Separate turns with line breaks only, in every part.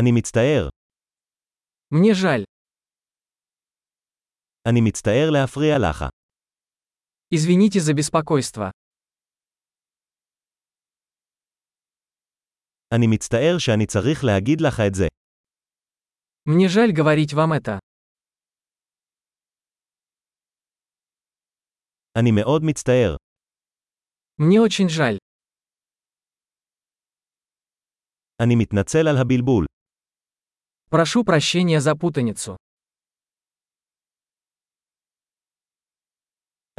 אני מצטער.
Мне жаль.
אני מצטער להפריע לך.
Извините за беспокойство.
אני מצטער שאני צריך להגיד לך את זה.
Мне жаль говорить вам это.
אני מאוד מצטער.
Мне очень жаль.
אני מתנצל על הבלבול.
Прошу прощения за путаницу.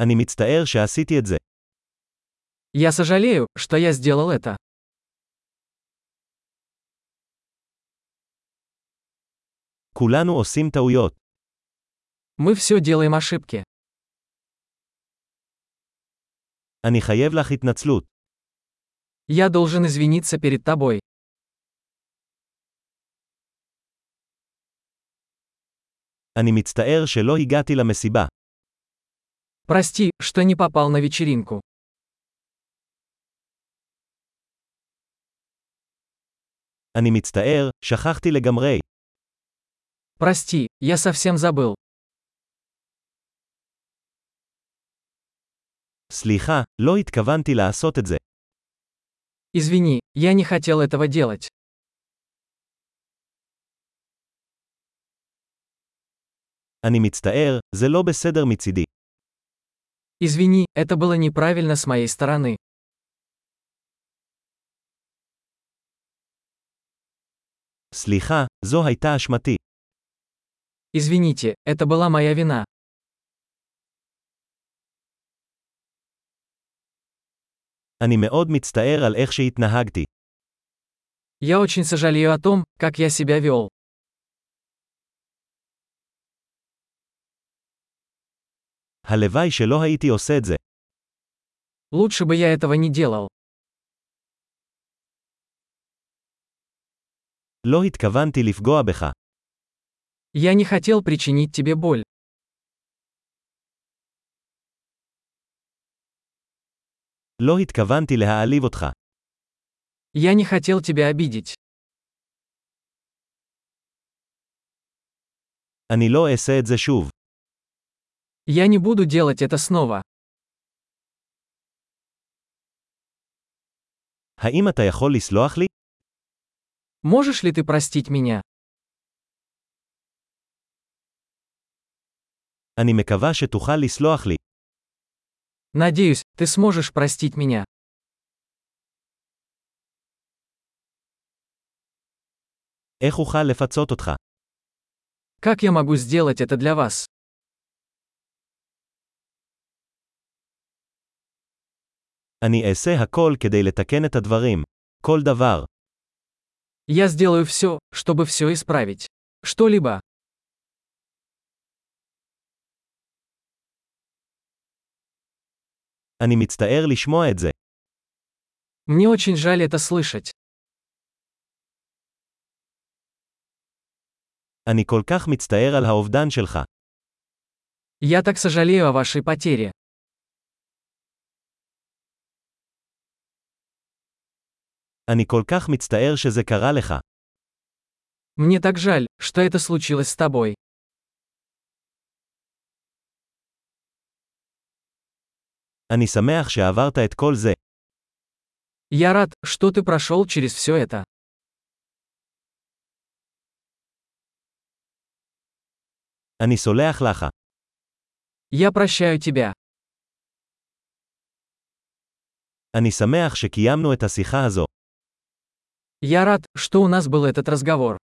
אני מצטער שעשיתי את זה.
Я сожалею, что я сделал это.
כולנו עושים טעויות.
Мы все делаем ошибки.
אני חייב לך התנצלות.
Я должен извиниться перед тобой.
אני מצטער שלא הגעתי למסיבה.
Прости, что не попал на вечеринку.
אני מצטער, שכחתי לגמרי.
Прости, я совсем забыл.
סליחה, לא התכוונתי לעשות את זה.
Извини, я не хотел этого делать.
אני מצטער, זה לא בסדר מצידי.
Извини, это было неправильно с моей стороны.
סליחה, זו הייתה אשמתי.
Извините, это была моя вина.
אני מאוד מצטער על איך שהתנהגתי.
Я очень сожалею о том, как я себя вел.
הלוואי שלא הייתי עושה את זה.
Лучше бы я этого не делал.
לא התכוונתי לפגוע בך.
Я не хотел причинить тебе боль.
לא התכוונתי להעליב אותך.
Я не хотел тебя обидеть.
אני לא אעשה את זה שוב.
Я не буду делать это снова.
האם אתה יכול לסלוח לי?
Можешь ли ты простить меня?
אני מקווה שתוכל לסלוח לי.
Надеюсь, ты сможешь простить меня.
איך אוכל לפצות אותך?
Как я могу сделать это для вас?
אני אעשה הכל כדי לתקן את הדברים. כל דבר.
Я сделаю все, чтобы все исправить. Что-либо.
אני מצטער לשמוע את זה.
Мне очень жаль это слышать.
אני כל כך מצטער על האובדן שלך.
Я так сожалею о вашей потере.
אני כל כך מצטער שזה קרה לך.
Мне так жаль, что это случилось с тобой.
אני שמח שעברת את כל זה.
Я рад, что ты прошел через все это.
אני סולח לך.
Я прощаю тебя.
אני שמח שקיימנו את השיחה הזו.
Я рад, что у нас был этот разговор.